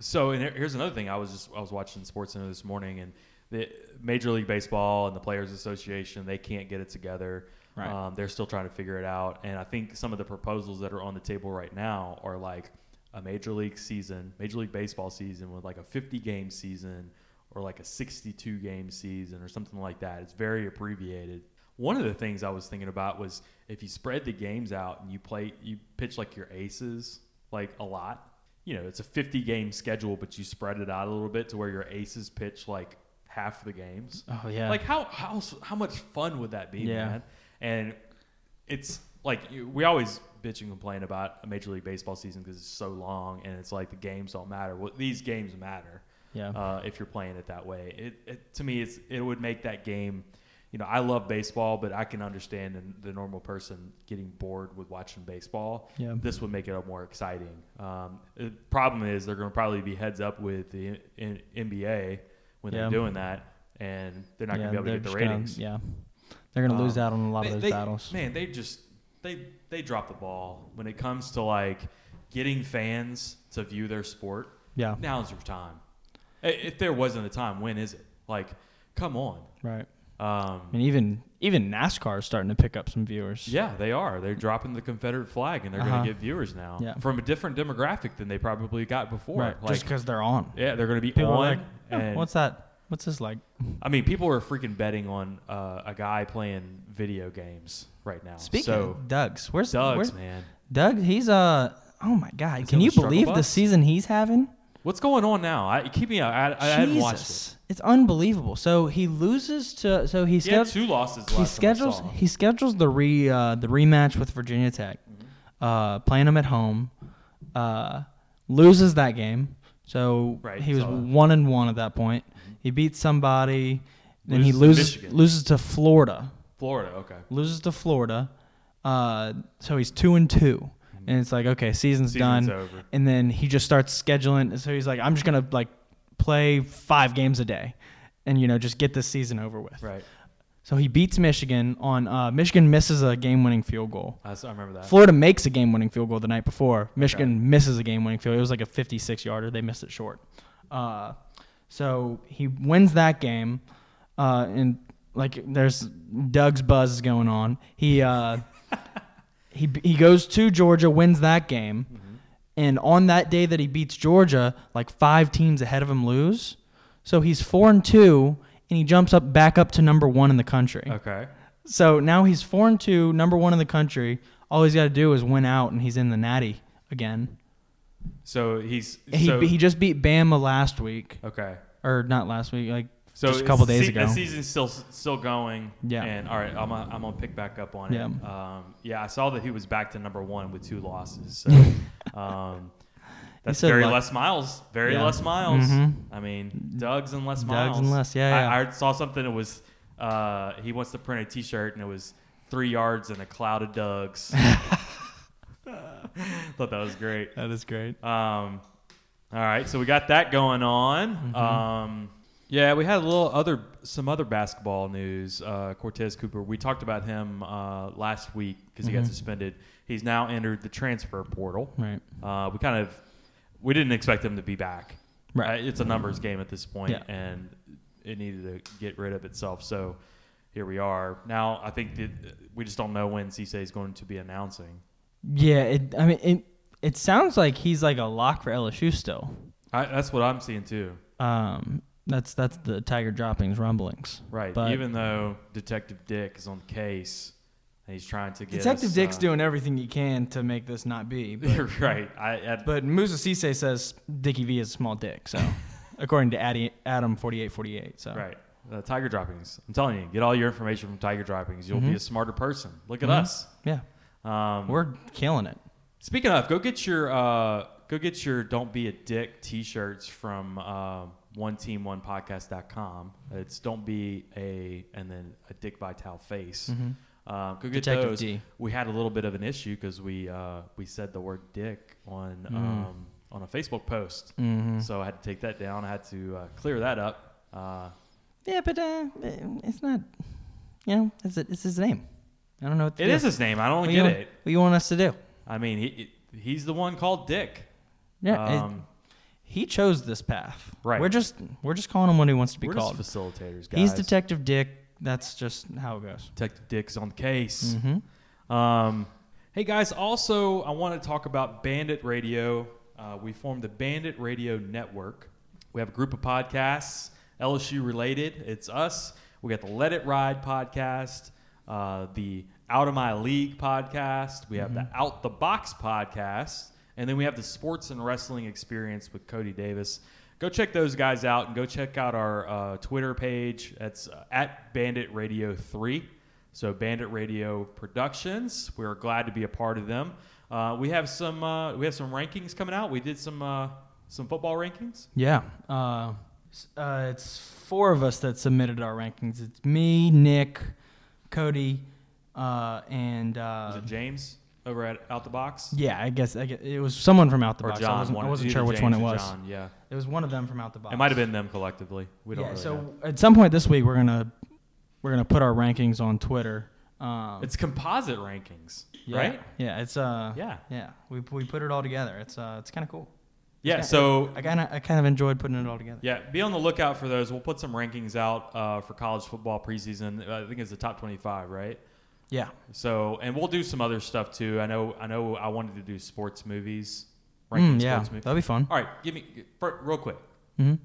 B: so and here- here's another thing. I was just I was watching Sports Center this morning, and the Major League Baseball and the Players Association they can't get it together.
D: Right.
B: Um, they're still trying to figure it out, and I think some of the proposals that are on the table right now are like a Major League season, Major League Baseball season with like a 50 game season or like a 62 game season or something like that. It's very abbreviated. One of the things I was thinking about was if you spread the games out and you play, you pitch like your aces like a lot you know, it's a 50 game schedule, but you spread it out a little bit to where your aces pitch like half the games.
D: Oh, yeah.
B: Like how how how much fun would that be,
D: Yeah.
B: man? And it's like you- we always bitch and complain about a Major League Baseball season because it's so long and it's like the games don't matter. Well, these games matter.
D: Yeah.
B: Uh, if you're playing it that way, it, it to me it's it would make that game. You know, I love baseball, but I can understand the- the normal person getting bored with watching baseball
D: Yeah.
B: this would make it up more exciting. Um, the problem is they're going to probably be heads up with the N- NBA when
D: Yeah.
B: they're doing that, and they're not
D: yeah,
B: going to be able
D: they're
B: to get
D: just
B: the
D: gonna-
B: ratings.
D: yeah, they're gonna lose
B: Um,
D: out on a lot of
B: they-
D: those
B: they-
D: battles.
B: Man, they just they they drop the ball when it comes to like getting fans to view their sport.
D: Yeah.
B: now's your time. I- If there wasn't a time, when is it? Like, come on.
D: Right.
B: Um,
D: I mean, even even NASCAR is starting to pick up some viewers.
B: Yeah, they are. They're dropping the Confederate flag, and they're
D: Uh-huh.
B: going to get viewers now
D: Yeah.
B: from a different demographic than they probably got before.
D: Right.
B: Like,
D: Just because they're on.
B: yeah, they're going to be
D: People are
B: on.
D: like, "Huh,
B: and
D: what's that? What's this like?
B: I mean, people are freaking betting on uh, a guy playing video games right now.
D: Speaking
B: so,
D: of Doug's, where's
B: Doug's
D: where's-
B: man,
D: Doug, he's uh oh my god,
B: Is
D: can
B: he
D: you
B: with Struggle
D: believe the
B: Bus?
D: season he's having?
B: what's going on now? I keep me. I, I, I hadn't watched it.
D: Jesus. It's unbelievable. So he loses to so he,
B: He had
D: sched-
B: two losses. Last
D: he
B: Time
D: schedules
B: I saw.
D: he schedules the re uh, the rematch with Virginia Tech,
B: Mm-hmm.
D: uh, playing them at home, uh, loses that game. So
B: Right,
D: he was
B: saw that.
D: one and one at that point. He beats somebody, then he
B: Loses
D: loses
B: to Michigan.
D: loses to Florida,
B: Florida. Okay,
D: loses to Florida. Uh, so he's two and two, and it's like okay, season's,
B: Mm-hmm. Season's
D: done.
B: over.
D: And then he just starts scheduling. So he's like, I'm just gonna like play five games a day, and you know just get this season over with.
B: right.
D: So he beats Michigan on uh, Michigan misses a game-winning field goal.
B: I, saw, I remember that.
D: Florida makes a game-winning field goal the night before. Michigan misses a game-winning field. It was like a 56-yarder. They missed it short. Uh, so he wins that game, uh, and like there's Doug's buzz going on. He uh, he he goes to Georgia, wins that game,
B: Mm-hmm.
D: and on that day that he beats Georgia, like five teams ahead of him lose. So he's four and two, and he jumps up back up to number one in the country.
B: okay.
D: So now he's four and two, number one in the country. All he's got to do is win out, and he's in the Natty again.
B: So he's
D: And He
B: so,
D: he just beat Bama last week,
B: okay.
D: or not last week, like
B: So
D: just a couple
B: it's-
D: days
B: se-
D: ago.
B: The season's still still going.
D: Yeah.
B: And all right, I'm gonna, I'm gonna pick back up on it.
D: Yeah.
B: Um, yeah, I saw that he was back to number one with two losses. So, um, that's
D: said
B: very
D: luck-
B: less miles. Very
D: Yeah.
B: less miles.
D: Mhm.
B: I mean, Doug's and less miles.
D: Doug's and less, yeah,
B: I,
D: yeah.
B: I saw something that was uh, he wants to print a T-shirt and it was three yards and a cloud of Doug's. Thought that was great.
D: that is great.
B: Um, all right, so we got that going on.
D: Mm-hmm.
B: Um, yeah, we had a little other some other basketball news. Uh, Cortez Cooper, we talked about him uh, last week because he got suspended. He's now entered the transfer portal.
D: Mm-hmm. Right.
B: Uh, we kind of we didn't expect him to be back.
D: Right.
B: Uh, it's a numbers game at this point,
D: Yeah.
B: and it needed to get rid of itself. So here we are. Now I think that uh, we just don't know when Cisse is going to be announcing.
D: Yeah, it, I mean it. It sounds like he's like a lock for LSU still.
B: I, that's what I'm seeing too.
D: Um, that's that's the Tiger droppings rumblings.
B: Right.
D: But
B: Even though Detective Dick is on the case and he's trying to get
D: Detective
B: us,
D: Dick's
B: uh,
D: doing everything he can to make this not be. But,
B: You're right. I, I
D: but Musa Cisse says Dickie V is a small dick. So, according to Addy, Adam forty eight forty eight. So
B: right. Uh, Tiger droppings. I'm telling you, get all your information from Tiger droppings. You'll
D: Mm-hmm.
B: be a smarter person. Look at us.
D: Yeah,
B: Um,
D: we're killing it.
B: speaking of, go get your uh, go get your "Don't Be a Dick" T-shirts from uh, one team one podcast.com. It's "Don't Be a" and then a Dick Vitale face. Um, go get
D: Mm-hmm. Detective
B: those.
D: D.
B: We had a little bit of an issue because we uh, we said the word "dick" on
D: Mm.
B: um, on a Facebook post,
D: Mm-hmm.
B: so I had to take that down. I had to uh, clear that up. Uh,
D: Yeah, but uh, it's not. You know, it's it's his name. I don't know. What to
B: it
D: do.
B: is his name. I don't
D: What
B: get
D: you,
B: it.
D: What you want us to do?
B: I mean, he he's the one called Dick.
D: Yeah, it-
B: Um,
D: He chose this path.
B: Right.
D: We're just we're just calling him what he wants to be
B: We're just
D: called.
B: facilitators, guys.
D: He's Detective Dick. That's just how it goes.
B: Detective Dick's on the case.
D: Mm-hmm.
B: Um, hey guys, also I want to talk about Bandit Radio. Uh, we formed the Bandit Radio Network. We have a group of podcasts LSU related. It's us. We got the Let It Ride podcast, uh, the Out of My League podcast. We have the Out the Box podcast, and then we have the Sports and Wrestling Experience with Cody Davis. Go check those guys out, and go check out our uh, Twitter page. That's uh, at Bandit Radio Three. So Bandit Radio Productions, we're glad to be a part of them. Uh, we have some uh, we have some rankings coming out. We did some uh, some football rankings.
D: Yeah. Uh, s- uh, it's four of us that submitted our rankings. It's me, Nick, Cody, uh, and
B: Was
D: uh,
B: it James over at Out the Box
D: yeah, I guess, I guess it was someone from out the
B: or
D: box.
B: John?
D: I wasn't, I
B: One-
D: wasn't
B: either
D: sure which one it
B: James or
D: was.
B: John, yeah,
D: It was one of them from out the box.
B: it might have been them collectively. We don't
D: yeah.
B: really
D: so
B: know.
D: at some point this week we're gonna we're gonna put our rankings on Twitter. Um,
B: It's composite rankings,
D: yeah,
B: right?
D: Yeah. It's uh.
B: Yeah.
D: Yeah. We we put it all together. It's uh. It's kind of cool.
B: Yeah.
D: kinda-
B: So
D: I kind of I kind of enjoyed putting it all together.
B: Yeah, be on the lookout for those. We'll put some rankings out uh, for college football preseason. I think it's the top twenty-five, right?
D: Yeah.
B: So, and we'll do some other stuff too. I know, I know, I wanted to do sports movies. ranking
D: Mm, yeah, Mm-hmm.
B: sports movies.
D: that'd be fun.
B: All right, give me for, real quick.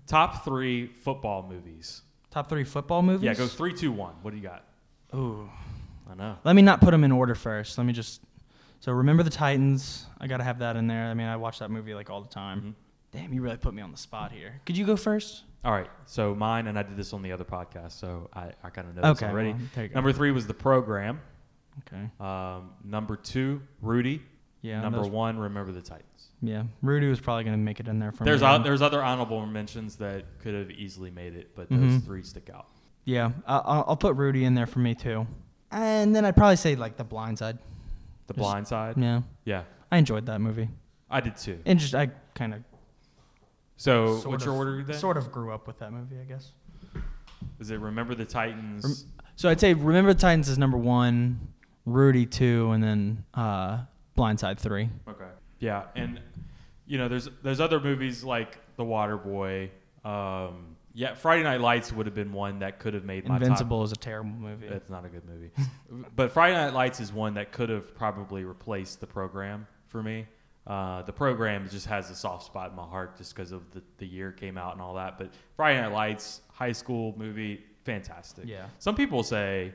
B: Top three football movies.
D: Top three football movies.
B: Yeah, go three, two, one. What do you got?
D: Ooh.
B: I know.
D: Let me not put them in order first. Let me just. So remember the Titans. I gotta have that in there. I mean, I watch that movie like all the time.
B: Mm-hmm.
D: Damn, you really put me on the spot here. Could you go first?
B: All right, so mine, and I did this on the other podcast, so I, I kind of know
D: Okay,
B: this already.
D: well, there you go.
B: Number three was the program.
D: Okay.
B: Um, number two, Rudy.
D: Yeah,
B: Number
D: those-
B: one, remember the Titans.
D: Yeah, Rudy was probably gonna make it in there for
B: There's
D: me.
B: o- there's other honorable mentions that could have easily made it, but
D: Mm-hmm.
B: those three stick out.
D: yeah, I- I'll, I'll put Rudy in there for me too. And then I'd probably say like The Blind Side.
B: The
D: Just-
B: Blind Side.
D: Yeah,
B: Yeah,
D: I enjoyed that movie.
B: I did too.
D: And just I kind of.
B: So what's your order then?
D: Sort of grew up with that movie, I guess.
B: Is it Remember the Titans?
D: So I'd say Remember the Titans is number one, Rudy two, and then uh, Blindside three.
B: okay. Yeah, and you know there's there's other movies like The Waterboy. Um, yeah, Friday Night Lights would have been one that could have made my top-
D: Invincible is a terrible movie.
B: That's not a good movie. but Friday Night Lights is one that could have probably replaced the program for me. Uh, the program just has a soft spot in my heart just because of the, the year it came out and all that. But Friday Night Lights, high school movie, fantastic.
D: Yeah.
B: Some people say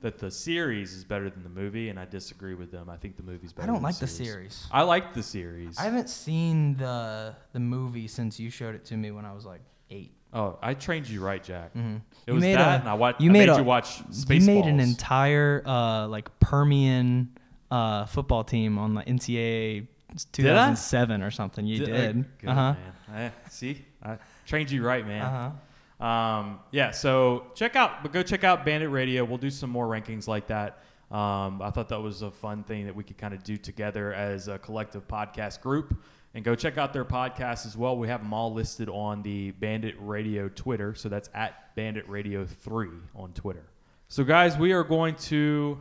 B: that the series is better than the movie, and I disagree with them. I think the movie's better.
D: don't
B: than
D: like the series.
B: I like the series.
D: I haven't seen the the movie since you showed it to me when I was like eight.
B: oh, I trained you right, Jack. It
D: Mm-hmm. You
B: was
D: made
B: that,
D: a-
B: and I, watched,
D: you
B: I
D: made
B: made,
D: a-
B: you watch
D: you
B: Spaceballs.
D: made an entire uh, like Permian uh, football team on the NCAA 2007 or something. You did.
B: Good,
D: Uh huh.
B: man. Eh, see, I trained you right, man. Uh-huh. Um, yeah. So check out, but go check out Bandit Radio. We'll do some more rankings like that. Um, I thought that was a fun thing that we could kind of do together as a collective podcast group. And go check out their podcast as well. We have them all listed on the Bandit Radio Twitter. So that's at Bandit Radio 3 on Twitter. So, guys, we are going to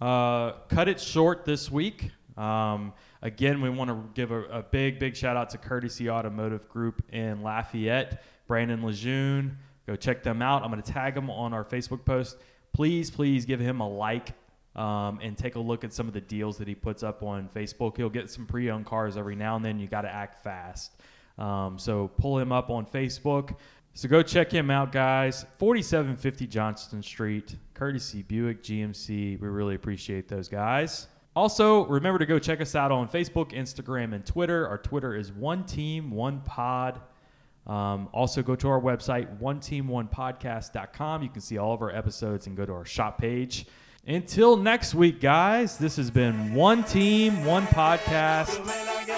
B: uh, cut it short this week. Um, again, we want to give a, a big, big shout out to Courtesy Automotive Group in Lafayette, Brandon Lejeune. Go check them out. I'm going to tag them on our Facebook post. Please, please give him a like um, and take a look at some of the deals that he puts up on Facebook. He'll get some pre owned cars every now and then. You got to act fast. Um, so pull him up on Facebook. So go check him out, guys. 4750 Johnston Street, courtesy Buick GMC. We really appreciate those guys. Also, remember to go check us out on Facebook, Instagram, and Twitter. Our Twitter is One Team One Pod. Um, also, go to our website, one team one podcast.com. You can see all of our episodes and go to our shop page. Until next week, guys, this has been One Team One Podcast.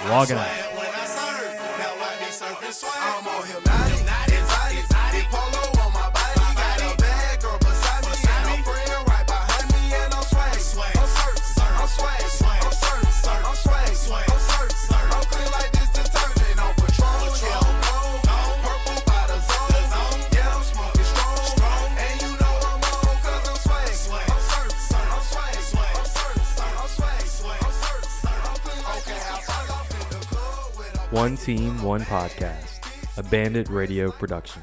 B: Logging out.
F: When I serve, now I be serving swag. I'm on hypnotic, exotic, big polo on my body. Got a bad girl beside me, and a friend right behind me, and I'm swag. I'm surf, I'm swag, I'm surf, I'm swag, I'm surf, I'm clean like this detergent. I'm patrol, yeah, I'm gold. Purple by the zone, yeah, I'm smoking strong. And you know I'm on, cause I'm swag. I'm surf, I'm swag, I'm surf, I'm swag, I'm surf, I'm clean like this detergent.
J: One Team One Podcast.
B: a Bandit Radio production.